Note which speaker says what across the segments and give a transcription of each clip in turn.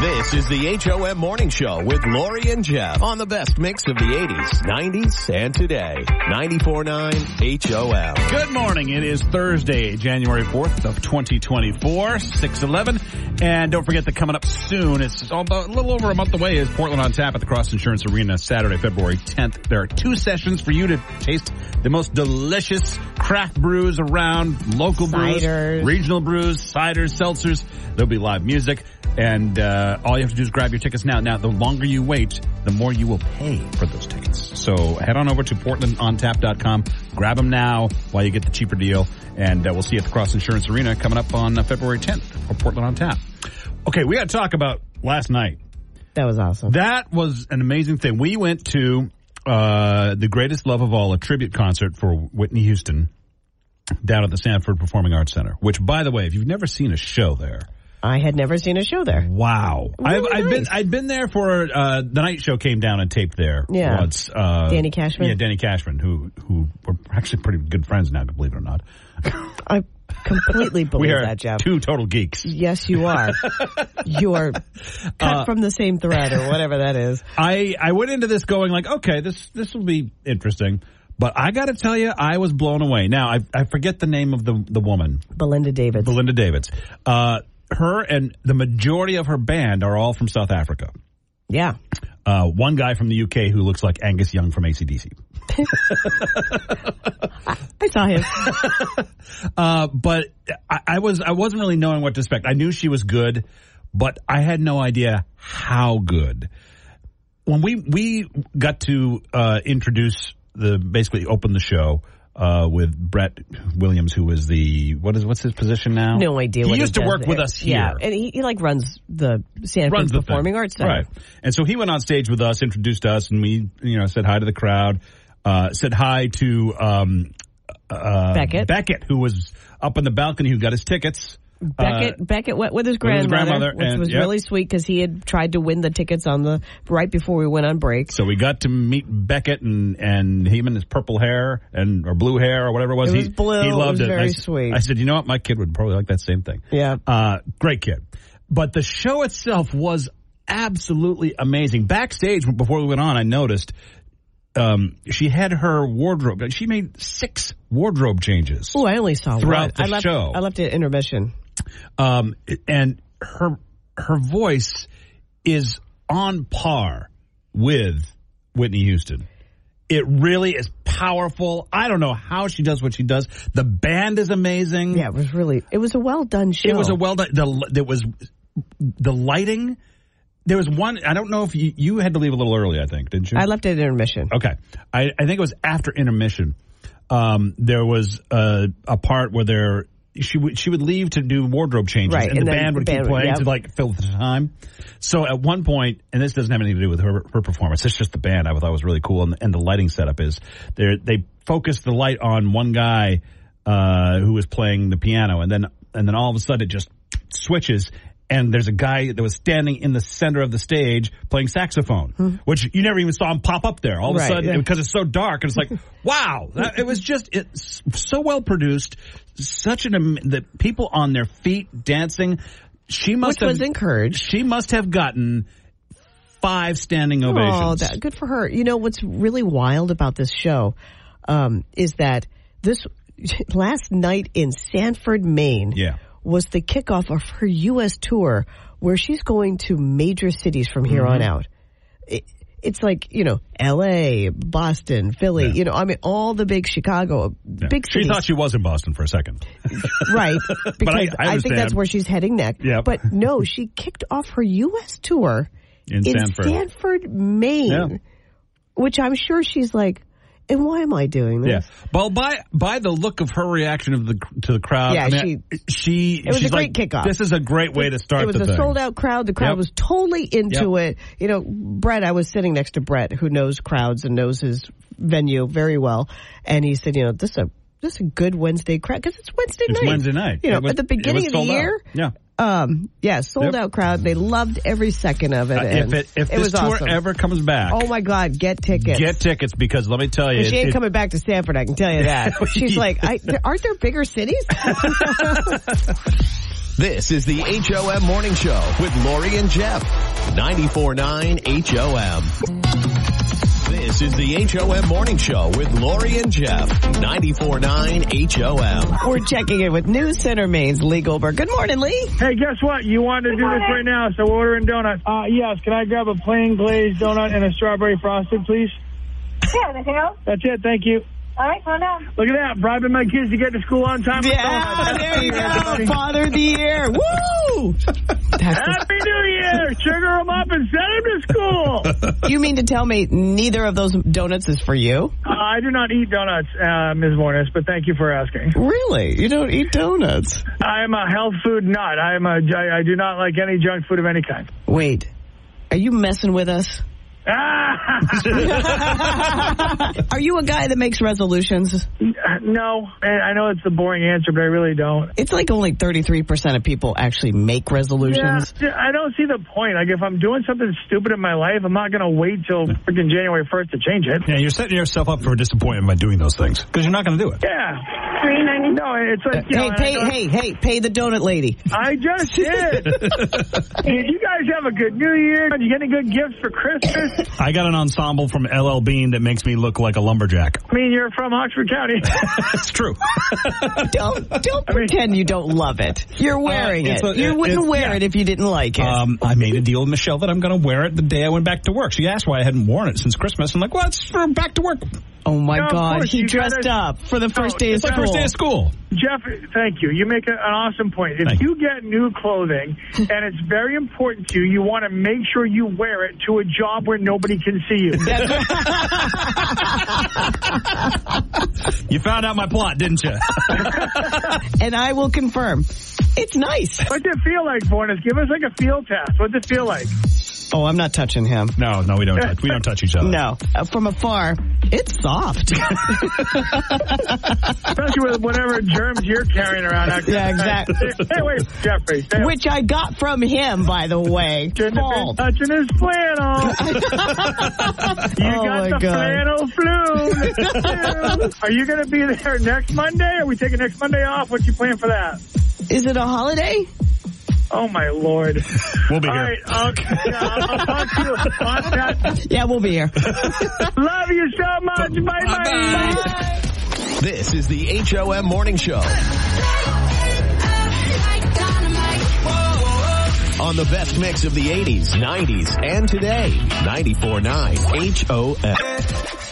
Speaker 1: This is the HOM Morning Show with Lori and Jeff on the best mix of the 80s, 90s, and today. 94.9 HOM.
Speaker 2: Good morning. It is Thursday, January 4th of 2024, 611. And don't forget that coming up soon, it's about a little over a month away, is Portland on Tap at the Cross Insurance Arena Saturday, February 10th. There are two sessions for you to taste the most delicious craft brews around, local brews,
Speaker 3: Ciders.
Speaker 2: regional brews, ciders, seltzers. There'll be live music. And uh, all you have to do is grab your tickets now. Now, the longer you wait, the more you will pay for those tickets. So head on over to portlandontap.com. Grab them now while you get the cheaper deal. And uh, we'll see you at the Cross Insurance Arena coming up on uh, February 10th for Portland on Tap. Okay, we got to talk about last night.
Speaker 3: That was awesome.
Speaker 2: That was an amazing thing. We went to uh, the Greatest Love of All, a tribute concert for Whitney Houston down at the Sanford Performing Arts Center, which, by the way, if you've never seen a show there,
Speaker 3: I had never seen a show there.
Speaker 2: Wow, I've, I've been
Speaker 3: nice.
Speaker 2: I've been there for uh, the night show came down and taped there.
Speaker 3: Yeah.
Speaker 2: once. Uh,
Speaker 3: Danny Cashman?
Speaker 2: Yeah, Danny Cashman, who who we're actually pretty good friends now, believe it or not.
Speaker 3: I completely
Speaker 2: We
Speaker 3: believe
Speaker 2: are
Speaker 3: that, Jeff.
Speaker 2: two total geeks.
Speaker 3: yes, you are. You're cut
Speaker 2: Uh,
Speaker 3: from the same thread or whatever that is.
Speaker 2: I I went into this going like, okay, this this will be interesting, but I got to tell you, I was blown away. Now I I forget the name of the the woman,
Speaker 3: Belinda Davids.
Speaker 2: Belinda Davids. Uh, her and the majority of her band are all from South Africa.
Speaker 3: yeah.
Speaker 2: Uh, one guy from the UK who looks like Angus Young from ACDC.
Speaker 3: I saw him.
Speaker 2: Uh, but I, I was I wasn't really knowing what to expect. I knew she was good, but I had no idea how good. When we we got to uh, introduce the basically open the show. Uh, with Brett Williams, who is the what is what's his position now?
Speaker 3: No idea
Speaker 2: He
Speaker 3: what
Speaker 2: used to
Speaker 3: does
Speaker 2: work with
Speaker 3: there.
Speaker 2: us here.
Speaker 3: Yeah. And he, he like runs the Sanford
Speaker 2: runs the
Speaker 3: Performing
Speaker 2: thing.
Speaker 3: Arts Center.
Speaker 2: Right. And so he went on stage with us, introduced us, and we, you know, said hi to the crowd, uh, said hi to um, uh,
Speaker 3: Beckett.
Speaker 2: Beckett, who was up on the balcony, who got his tickets.
Speaker 3: Beckett
Speaker 2: Uh,
Speaker 3: Beckett went with his
Speaker 2: with his
Speaker 3: grandmother,
Speaker 2: grandmother,
Speaker 3: which
Speaker 2: and-
Speaker 3: was
Speaker 2: yep.
Speaker 3: really sweet because he had tried to win the tickets on the right before we went on break.
Speaker 2: so we got to meet Beckett and and him and his purple hair and or blue hair or whatever it was.
Speaker 3: It
Speaker 2: he,
Speaker 3: was blue.
Speaker 2: He
Speaker 3: It
Speaker 2: loved
Speaker 3: was
Speaker 2: it. And I
Speaker 3: very
Speaker 2: s-
Speaker 3: sweet.
Speaker 2: I said, you know what, my kid would probably like that same thing.
Speaker 3: Yeah.
Speaker 2: Uh, great kid. But the show itself was absolutely amazing. Backstage, before we went on, I noticed um, she had her wardrobe. She made six wardrobe changes.
Speaker 3: Oh, I only saw one.
Speaker 2: Throughout the
Speaker 3: I left,
Speaker 2: show.
Speaker 3: I left it at intermission.
Speaker 2: Um, and her her voice is on par with Whitney Houston. It really is powerful. I don't know how she does what she does. The band is amazing.
Speaker 3: Yeah, Oh. it was really. It was a well done show.
Speaker 2: It was a well done. The there was the lighting. There was one. I don't know if you, you had to leave a little early. I think didn't you?
Speaker 3: I left it at intermission.
Speaker 2: okay. I, I think it was after intermission. Um, there was a, a part where there she would she would leave to do wardrobe changes,
Speaker 3: Right,
Speaker 2: and,
Speaker 3: and
Speaker 2: the
Speaker 3: then
Speaker 2: band would
Speaker 3: the band
Speaker 2: keep
Speaker 3: would-
Speaker 2: playing to
Speaker 3: yep.
Speaker 2: like fill the time. So at one point, and this doesn't have anything to do with her her performance. It's just the band. I thought was really cool, and, and the lighting setup is they they focused the light on one guy uh, who was playing the piano, and then and then all of a sudden it just switches. And there's a guy that was standing in the center of the stage playing saxophone, which you never even saw him pop up there. All of a
Speaker 3: Right,
Speaker 2: sudden,
Speaker 3: yeah.
Speaker 2: because it's so dark, and it's like, wow, that, it was just it's so well produced. Such an am- the people on their feet dancing. She must
Speaker 3: Which
Speaker 2: have
Speaker 3: was encouraged.
Speaker 2: She must have gotten five standing ovations.
Speaker 3: Oh, that, good for her. You know what's really wild about this show um, is that this last night in Sanford, Maine,
Speaker 2: Yeah.
Speaker 3: was the kickoff of her U.S. tour, where she's going to major cities from here on
Speaker 2: Mm-hmm.
Speaker 3: out. It, it's like you know, L.A., Boston, Philly. You know, I mean, all the big Chicago,
Speaker 2: Yeah.
Speaker 3: big
Speaker 2: she
Speaker 3: cities.
Speaker 2: thought she was in Boston for a second.
Speaker 3: right? Because
Speaker 2: I- I
Speaker 3: think that's
Speaker 2: understand.
Speaker 3: where she's heading next.
Speaker 2: Yep.
Speaker 3: But no, she kicked off her U.S. tour
Speaker 2: In Sanford.
Speaker 3: Sanford, Maine,
Speaker 2: Yeah.
Speaker 3: which I'm sure she's like, and why am I doing
Speaker 2: Yeah.
Speaker 3: this?
Speaker 2: Well, by by the look of her reaction of the to the crowd,
Speaker 3: Yeah,
Speaker 2: I mean, she
Speaker 3: was a
Speaker 2: she's
Speaker 3: great
Speaker 2: like,
Speaker 3: kickoff.
Speaker 2: This is a great way to start
Speaker 3: It was
Speaker 2: the
Speaker 3: a
Speaker 2: thing.
Speaker 3: sold out crowd. The crowd
Speaker 2: Yep.
Speaker 3: was totally into it. You know, Brett, I was sitting next to Brett, who knows crowds and knows his venue very well. And he said, you know, this is a, this is a good Wednesday crowd because it's Wednesday
Speaker 2: It's
Speaker 3: night.
Speaker 2: Wednesday night.
Speaker 3: You know,
Speaker 2: It was-
Speaker 3: at the
Speaker 2: it was
Speaker 3: beginning of the
Speaker 2: sold out.
Speaker 3: year,
Speaker 2: Yeah.
Speaker 3: um, yeah,
Speaker 2: Yep.
Speaker 3: sold out crowd. They loved every second of it.
Speaker 2: Uh,
Speaker 3: and
Speaker 2: if it, if this
Speaker 3: was
Speaker 2: tour
Speaker 3: awesome.
Speaker 2: ever comes back,
Speaker 3: Oh my God, get tickets.
Speaker 2: get tickets because let me tell you,
Speaker 3: And she
Speaker 2: it-
Speaker 3: ain't
Speaker 2: it-
Speaker 3: coming back to Sanford, I can tell you that. She's like, I, there, aren't there bigger cities?
Speaker 1: This is the HOM Morning Show with Lori and Jeff. 94.9 HOM. This is the HOM Morning Show with Lori and Jeff. 94.9 HOM.
Speaker 3: We're checking in with News Center Maine's Lee Goldberg. Good morning, Lee.
Speaker 4: Hey, guess what? You wanted to do this right now, so we're ordering donuts. Uh, yes, can I grab a plain glazed donut and a strawberry frosted, please?
Speaker 5: Yeah, anything else?
Speaker 4: That's it, thank you.
Speaker 5: All right, calm down.
Speaker 4: Look at that, bribing my kids to get to school on time. with
Speaker 3: Yeah,
Speaker 4: donuts.
Speaker 3: Oh there you go. Father of the year. Woo! That's
Speaker 4: Happy New Year! Sugar them up and send them to school!
Speaker 3: the- you mean to tell me neither of those donuts is for you?
Speaker 4: Uh, I do not eat donuts, uh, Ms. Morris, but thank you for asking.
Speaker 3: Really? You don't eat donuts?
Speaker 4: I am a health food nut. I am a, I, I do not like any junk food of any kind.
Speaker 3: Wait, are you messing with us?
Speaker 4: Ah!
Speaker 3: Are you a guy that makes resolutions?
Speaker 4: no, and I know it's the boring answer, but I really don't.
Speaker 3: It's like only 33% of people actually make resolutions.
Speaker 4: Yeah, I don't see the point. Like, if I'm doing something stupid in my life, I'm not going to wait till freaking January 1st to change it.
Speaker 6: Yeah, you're setting yourself up for a disappointment by doing those things because you're not going to do it.
Speaker 4: Yeah. No, it's like, you
Speaker 3: Hey,
Speaker 4: know,
Speaker 3: pay,
Speaker 4: I,
Speaker 3: hey, hey, pay the donut lady.
Speaker 4: I just did. Dude, you guys have a good New Year. Did you get any good gifts for Christmas?
Speaker 6: I got an ensemble from LL Bean that makes me look like a lumberjack.
Speaker 4: I mean, you're from Oxford County.
Speaker 6: It's true.
Speaker 3: Don't don't pretend you don't love it. You're wearing
Speaker 6: Uh,
Speaker 3: it.
Speaker 6: it's a-
Speaker 3: you
Speaker 6: it-
Speaker 3: wouldn't
Speaker 6: it's-
Speaker 3: wear it if you didn't like it.
Speaker 2: Uh,
Speaker 6: Um, I made a deal with Michelle that I'm going to wear it the day I went back to work. She asked why I hadn't worn it since Christmas. I'm like, well, it's for back to work.
Speaker 3: oh my
Speaker 4: no, of
Speaker 3: God,
Speaker 4: course,
Speaker 3: he
Speaker 4: you
Speaker 3: dressed
Speaker 4: gotta-
Speaker 3: up for the first day of
Speaker 6: It's my
Speaker 3: school.
Speaker 6: first day of school.
Speaker 4: Jeff, thank you. You make a, an awesome point. If
Speaker 6: Thank
Speaker 4: you get new clothing and it's very important to you, you want to make sure you wear it to a job where nobody can see you.
Speaker 6: You found out my plot, didn't you?
Speaker 3: and I will confirm, it's nice.
Speaker 4: What's it feel like, Bornas? Give us like a feel test. What's it feel like?
Speaker 3: Oh, I'm not touching him.
Speaker 6: no, no, we don't. Touch, we don't touch each other.
Speaker 3: No, uh, from afar, it's soft.
Speaker 4: especially with whatever germs you're carrying around. out there.
Speaker 3: Yeah, exactly.
Speaker 4: Hey, wait, Jeffrey. Stay
Speaker 3: which I got from him, by the way.
Speaker 4: Shouldn't have been
Speaker 3: Bald.
Speaker 4: touching his flannel. you
Speaker 3: Oh,
Speaker 4: got
Speaker 3: my
Speaker 4: the
Speaker 3: God.
Speaker 4: flannel flu. are you going to be there next Monday? Are we taking next Monday off? What you plan for that?
Speaker 3: Is it a holiday?
Speaker 4: Oh my lord!
Speaker 6: We'll be
Speaker 4: All
Speaker 6: here.
Speaker 4: right, okay. Yeah, I'll, I'll talk to you on that.
Speaker 3: Yeah, we'll be here.
Speaker 4: Love you so much. Bye bye.
Speaker 1: This is the HOM Morning Show. On the best mix of the 80s, 90s, and today, 94.9 HOM.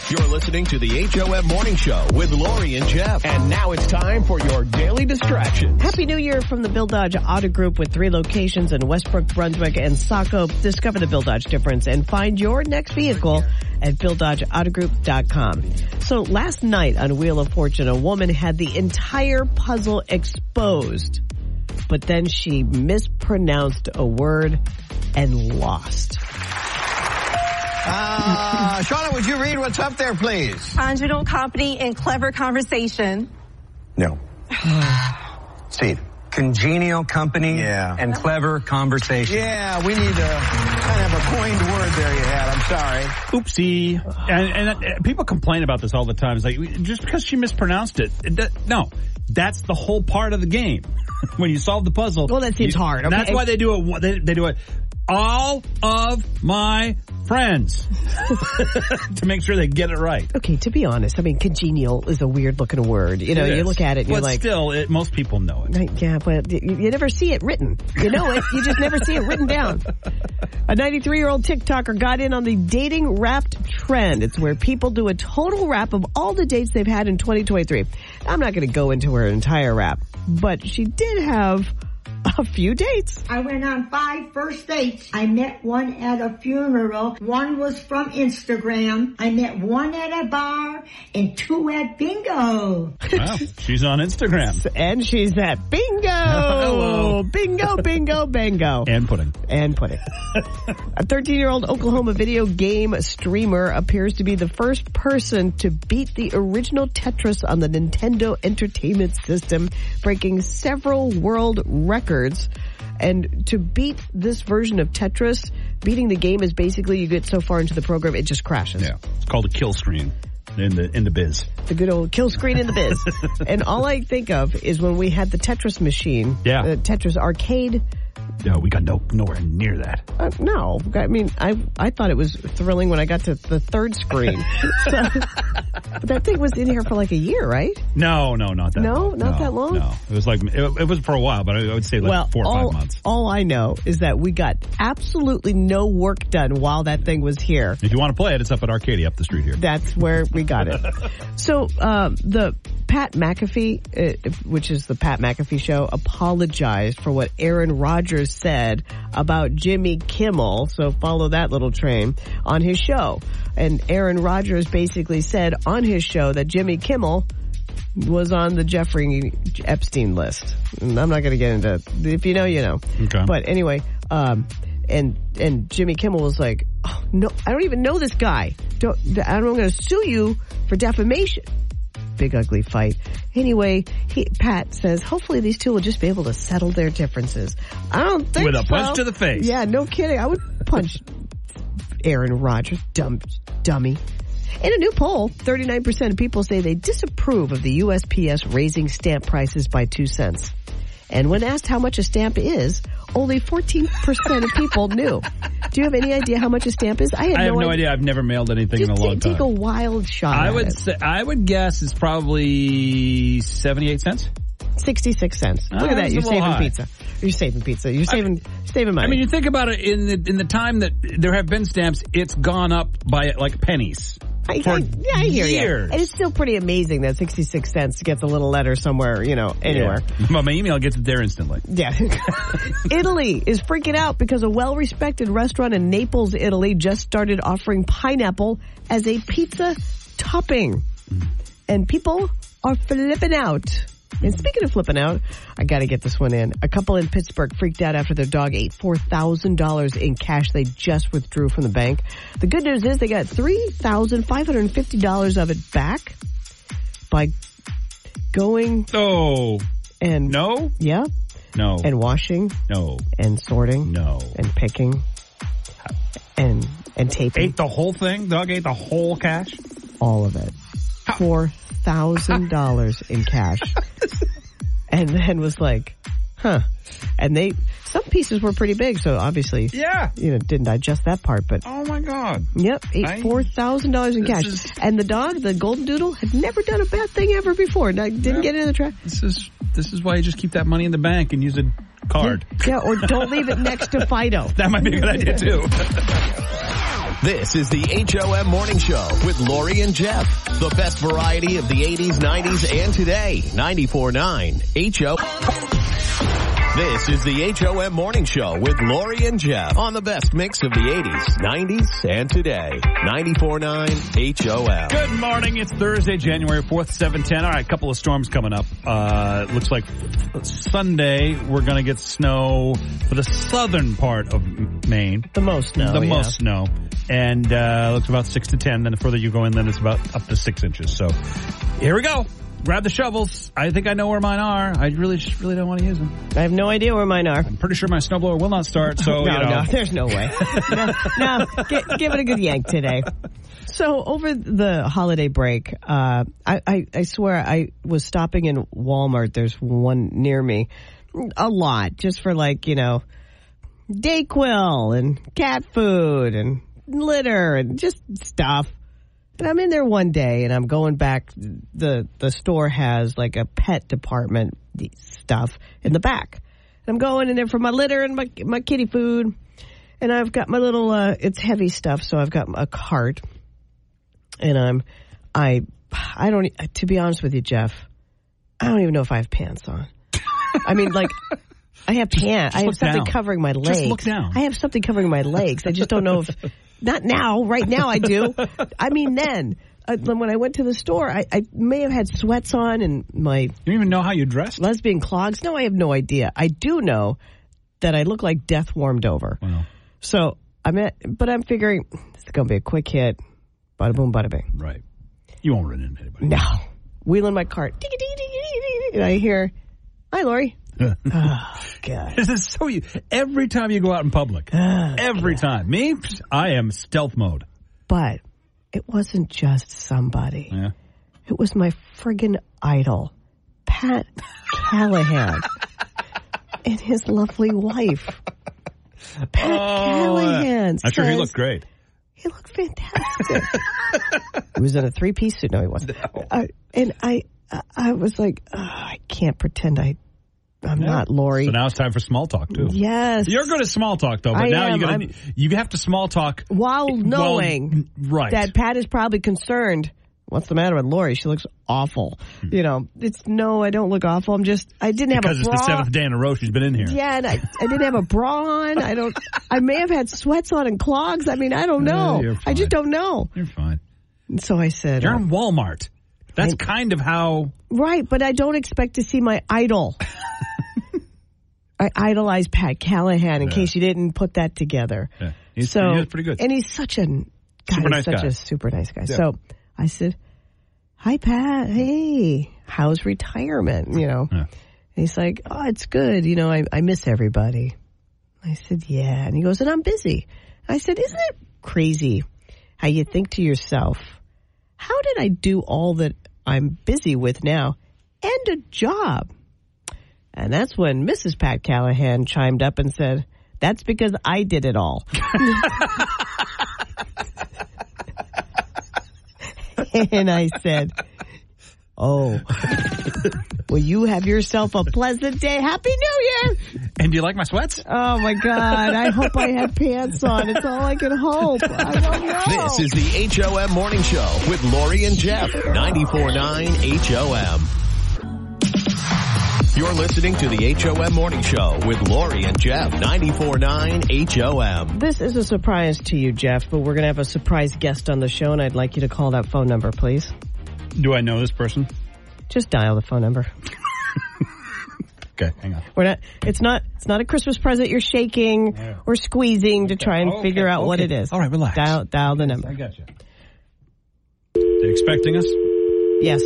Speaker 1: You're listening to the HOM Morning Show with Lori and Jeff. And now it's time for your daily distraction.
Speaker 3: Happy New Year from the Bill Dodge Auto Group with three locations in Westbrook, Brunswick, and Saco. Discover the Bill Dodge difference and find your next vehicle at BillDodgeAutoGroup.com. So last night on Wheel of Fortune, a woman had the entire puzzle exposed, but then she mispronounced a word and lost.
Speaker 7: Uh, Shauna, would you read what's up there, please?
Speaker 8: conjugal company and clever conversation.
Speaker 7: No.
Speaker 9: Steve. Congenial company
Speaker 7: Yeah.
Speaker 9: and clever conversation.
Speaker 7: Yeah, we need to kind of have a coined word there you had. I'm sorry.
Speaker 2: Oopsie. And, and uh, people complain about this all the time. It's like, just because she mispronounced it, it do- no, that's the whole part of the game. when you solve the puzzle.
Speaker 3: Well, that seems
Speaker 2: you-
Speaker 3: hard, okay?
Speaker 2: That's why they do it. They, they do it. All of my friends to make sure they get it right.
Speaker 3: Okay, to be honest, I mean, congenial is a weird looking word. You know,
Speaker 2: It
Speaker 3: you
Speaker 2: is.
Speaker 3: look at it and
Speaker 2: but
Speaker 3: you're like,
Speaker 2: still, it, most people know it.
Speaker 3: Right, Yeah, but you, you never see it written. You know it, you just never see it written down. A 93 year old TikToker got in on the dating wrapped trend. It's where people do a total wrap of all the dates they've had in 2023. I'm not going to go into her entire wrap, but she did have a few dates.
Speaker 10: I went on five first dates. I met one at a funeral. One was from Instagram. I met one at a bar and two at bingo.
Speaker 2: Wow. She's on Instagram
Speaker 3: And she's at bingo!
Speaker 2: Hello.
Speaker 3: Bingo, bingo, bingo.
Speaker 2: and pudding.
Speaker 3: and pudding. a 13 year old Oklahoma video game streamer appears to be the first person to beat the original Tetris on the Nintendo Entertainment System, breaking several world records. And to beat this version of Tetris, beating the game is basically you get so far into the program, it just crashes.
Speaker 2: It's called a kill screen. in the in the biz.
Speaker 3: the good old kill screen in the biz. and all I think of is when we had the Tetris machine.
Speaker 2: Yeah.
Speaker 3: The Tetris arcade.
Speaker 2: No, we got no nowhere near that.
Speaker 3: Uh, no, I mean, I I thought it was thrilling when I got to the third screen. so, but that thing was in here for like a year, right?
Speaker 2: No, no, not that.
Speaker 3: No?
Speaker 2: long.
Speaker 3: Not that long?
Speaker 2: No, it was like it, it was for a while, but I would say like four or
Speaker 3: all,
Speaker 2: five months.
Speaker 3: all I know is that we got absolutely no work done while that thing was here.
Speaker 2: If you want to play it, it's up at Arcadia up the street here.
Speaker 3: That's where we got it. so um, the Pat McAfee, uh, which is the Pat McAfee show, apologized for what Aaron Rodgers said about Jimmy Kimmel. So follow that little train on his show. And Aaron Rodgers basically said on his show that Jimmy Kimmel was on the Jeffrey Epstein list. And I'm not going to get into if you know, you know.
Speaker 2: Okay.
Speaker 3: But anyway, um, and and Jimmy Kimmel was like, oh, "No, I don't even know this guy. Don't I'm going to sue you for defamation." Big ugly fight. Anyway, he, Pat says, "Hopefully these two will just be able to settle their differences." I don't think
Speaker 2: With a
Speaker 3: so.
Speaker 2: punch to the face.
Speaker 3: Yeah, no kidding. I would punch Aaron Rodgers, dumb dummy. In a new poll, 39% of people say they disapprove of the USPS raising stamp prices by 2 cents. And when asked how much a stamp is, only 14% of people knew. Do you have any idea how much a stamp is? I had
Speaker 2: I have
Speaker 3: no,
Speaker 2: no idea. I've never mailed anything
Speaker 3: Just
Speaker 2: in a
Speaker 3: ta-
Speaker 2: long
Speaker 3: take a
Speaker 2: time.
Speaker 3: wild shot.
Speaker 11: I
Speaker 3: at
Speaker 11: would
Speaker 3: it.
Speaker 11: say, I would guess it's probably seventy-eight cents.
Speaker 3: 66 cents.
Speaker 11: Ah,
Speaker 3: Look at that.
Speaker 11: that's a
Speaker 3: You're
Speaker 11: little
Speaker 3: saving
Speaker 11: high.
Speaker 3: pizza. You're saving pizza. You're saving, saving money.
Speaker 11: I mean, you think about it in the in the time that there have been stamps, it's gone up by like pennies.
Speaker 3: I,
Speaker 11: for
Speaker 3: I, yeah, I hear
Speaker 11: years.
Speaker 3: you. And it's still pretty amazing that 66 cents gets a little letter somewhere, you know, anywhere.
Speaker 11: But my email gets it there instantly.
Speaker 3: Yeah. Italy is freaking out because a well respected restaurant in Naples, Italy just started offering pineapple as a pizza topping. And people are flipping out. And speaking of flipping out, I gotta get this one in. A couple in Pittsburgh freaked out after their dog ate $4,000 in cash they just withdrew from the bank. The good news is they got $3,550 of it back by going
Speaker 2: No,
Speaker 3: and,
Speaker 2: no,
Speaker 3: yeah,
Speaker 2: no,
Speaker 3: and washing
Speaker 2: no,
Speaker 3: and sorting
Speaker 2: no.
Speaker 3: and picking and and taping
Speaker 2: Ate the whole thing. Dog ate the whole cash.
Speaker 3: all of it. Four thousand dollars in cash, and then was like, huh. And they some pieces were pretty big, so obviously
Speaker 2: Yeah.
Speaker 3: you know didn't digest that part. But
Speaker 2: Oh my god.
Speaker 3: yep,
Speaker 2: I-
Speaker 3: ate four thousand dollars in cash.
Speaker 2: is-
Speaker 3: And the dog, the golden doodle, had never done a bad thing ever before. And I didn't get in the trap.
Speaker 2: This is this is why you just keep that money in the bank and use a card.
Speaker 3: Yeah, or don't leave it next to Fido.
Speaker 2: That might be a good idea too.
Speaker 1: This is the HOM Morning Show with Lori and Jeff. The best variety of the 80s, 90s, and today. 94.9 HO. This is the HOM Morning Show with Lori and Jeff on the best mix of the 80s, 90s, and today. 94.9 HOM.
Speaker 2: Good morning. It's Thursday, January 4th, 710. All right, a couple of storms coming up. Uh, looks like Sunday we're going to get snow for the southern part of M- Maine.
Speaker 3: The most no,
Speaker 2: the
Speaker 3: Oh, yeah.
Speaker 2: most snow. And uh, looks about 6 to 10. Then the further you go inland, it's about up to 6 inches. So here we go. Grab the shovels. I think I know where mine are. I really just really don't want to use them.
Speaker 3: I have no idea where mine are.
Speaker 2: I'm pretty sure my snowblower will not start. So,
Speaker 3: no,
Speaker 2: you know.
Speaker 3: no, there's no way. no, no, gi- give it a good yank today. So over the holiday break, uh, I, I, I swear I was stopping in Walmart. There's one near me a lot just for like, you know, Dayquil and cat food and litter and just stuff. And I'm in there one day and I'm going back. The, the store has like a pet department stuff in the back. And I'm going in there for my litter and my, my kitty food. And I've got my little, uh, it's heavy stuff. So I've got a cart and I'm, I, I don't, e, to be honest with you, Jeff, I don't even know if I have pants on. I mean, like, I have pants. I have
Speaker 2: look
Speaker 3: something
Speaker 2: down.
Speaker 3: covering my legs.
Speaker 2: Just look down.
Speaker 3: I have something covering my legs. I just don't know if, not now, right now I do. I mean, then, uh, when I went to the store, I, I may have had sweats on and my
Speaker 2: You don't even know how you dressed?
Speaker 3: lesbian clogs. No, I have no idea. I do know that I look like death warmed over.
Speaker 2: Wow.
Speaker 3: So I'm at, but I'm figuring this is going to be a quick hit. Bada boom, bada bing.
Speaker 2: Right. You won't run into anybody.
Speaker 3: No. Wheeling my cart. Ding, ding, ding, ding, ding, And I hear, hi, Lori. oh, God.
Speaker 2: This is so you. Every
Speaker 3: Ah,
Speaker 2: time you go out in public, every time. Me, psh, I am stealth mode.
Speaker 3: But It wasn't just somebody.
Speaker 2: Yeah.
Speaker 3: It was my friggin' idol, Pat Callahan, and his lovely wife. Pat Callahan.
Speaker 2: Oh, uh, I'm sure he
Speaker 3: says-
Speaker 2: looked great.
Speaker 3: He looked fantastic. he was in a three piece suit. No, he wasn't. Uh, and I, I- I was like, oh, I can't pretend I, I'm not Lori.
Speaker 2: So now it's time for small talk too.
Speaker 3: yes.
Speaker 2: You're good at small talk though, but
Speaker 3: I
Speaker 2: now
Speaker 3: am.
Speaker 2: you gotta
Speaker 3: I'm-
Speaker 2: you have to small talk
Speaker 3: While knowing
Speaker 2: Well, right.
Speaker 3: that Pat is probably concerned. What's the matter with Lori? She looks awful. You know, it's no, I don't look awful. I'm just, I didn't have
Speaker 2: Hmm. because
Speaker 3: a
Speaker 2: it's
Speaker 3: bra.
Speaker 2: the seventh day in a row she's been in here.
Speaker 3: Yeah, and I, I didn't have a bra on. I don't. I may have had sweats on and clogs. I mean, I don't
Speaker 2: Uh,
Speaker 3: know.
Speaker 2: you're
Speaker 3: I just
Speaker 2: fine.
Speaker 3: don't know.
Speaker 2: You're fine.
Speaker 3: And so I said,
Speaker 2: You're
Speaker 3: uh,
Speaker 2: in Walmart. That's kind of how
Speaker 3: Right, but I don't expect to see my idol. I idolize Pat Callahan. In
Speaker 2: Yeah.
Speaker 3: case you didn't put that together,
Speaker 2: yeah, he's,
Speaker 3: so
Speaker 2: he is pretty good.
Speaker 3: And he's such a God,
Speaker 2: Super
Speaker 3: he's
Speaker 2: nice
Speaker 3: such
Speaker 2: guy.
Speaker 3: a super nice guy.
Speaker 2: Yeah.
Speaker 3: So I said, "Hi, Pat. Hey, how's retirement? You know."
Speaker 2: Yeah.
Speaker 3: And he's like, "Oh, it's good. You know, I, I miss everybody." I said, "Yeah," and he goes, "And I'm busy." I said, "Isn't it crazy how you think to yourself, how did I do all that I'm busy with now and a job?" And that's when Mrs. Pat Callahan chimed up and said, "That's because I did it all." and I said, "Oh, well, you have yourself a pleasant day. Happy New Year!"
Speaker 2: and do you like my sweats?
Speaker 3: Oh my God! I hope I had pants on. It's all I can hope. I don't know.
Speaker 1: This is the HOM Morning Show with Lori and Jeff, 94.9 HOM. You're listening to the HOM Morning Show with Lori and Jeff, 94.9 HOM.
Speaker 3: This is a surprise to you, Jeff. But we're gonna have a surprise guest on the show, and I'd like you to call that phone number, please.
Speaker 2: Do I know this person?
Speaker 3: Just dial the phone number.
Speaker 2: Okay, hang on.
Speaker 3: We're not. It's not. It's not a Christmas present. You're shaking or squeezing to try and
Speaker 2: Okay,
Speaker 3: figure out what it
Speaker 2: okay.
Speaker 3: is.
Speaker 2: All right, relax.
Speaker 3: Dial. Dial the
Speaker 2: I
Speaker 3: number.
Speaker 2: got you. They expecting us?
Speaker 3: Yes.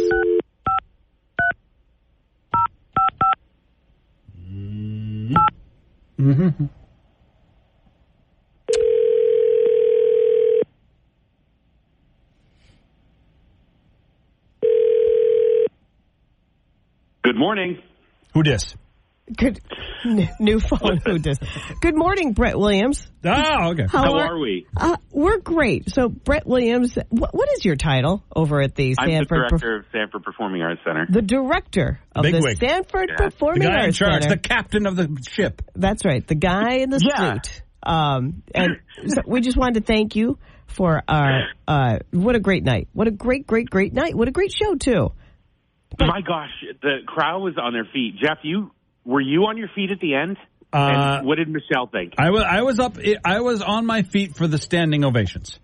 Speaker 4: Good morning.
Speaker 2: Who dis?
Speaker 3: Good. N- new phone. Who does? Good morning, Brett Williams.
Speaker 2: Oh, okay.
Speaker 4: How, are, we?
Speaker 3: Uh, we're great. So, Brett Williams, what, what is your title over at the
Speaker 4: I'm the
Speaker 3: Sanford?
Speaker 4: director of Sanford Performing Arts Center.
Speaker 3: the director of
Speaker 2: Big
Speaker 3: the
Speaker 2: wig.
Speaker 3: Sanford
Speaker 4: Yeah.
Speaker 2: The
Speaker 3: Performing
Speaker 2: guy in
Speaker 3: Arts
Speaker 2: charge,
Speaker 3: Center.
Speaker 2: the captain of the ship.
Speaker 3: That's right, the guy in the
Speaker 4: Yeah.
Speaker 3: suit. Um, and so we just wanted to thank you for our uh, what a great night, what a great, great, great night, what a great show too.
Speaker 4: My gosh, the crowd was on their feet. Jeff, you were you on your feet at the end?
Speaker 2: Uh,
Speaker 4: and what did Michelle think?
Speaker 2: I was I was up I was on my feet for the standing ovations.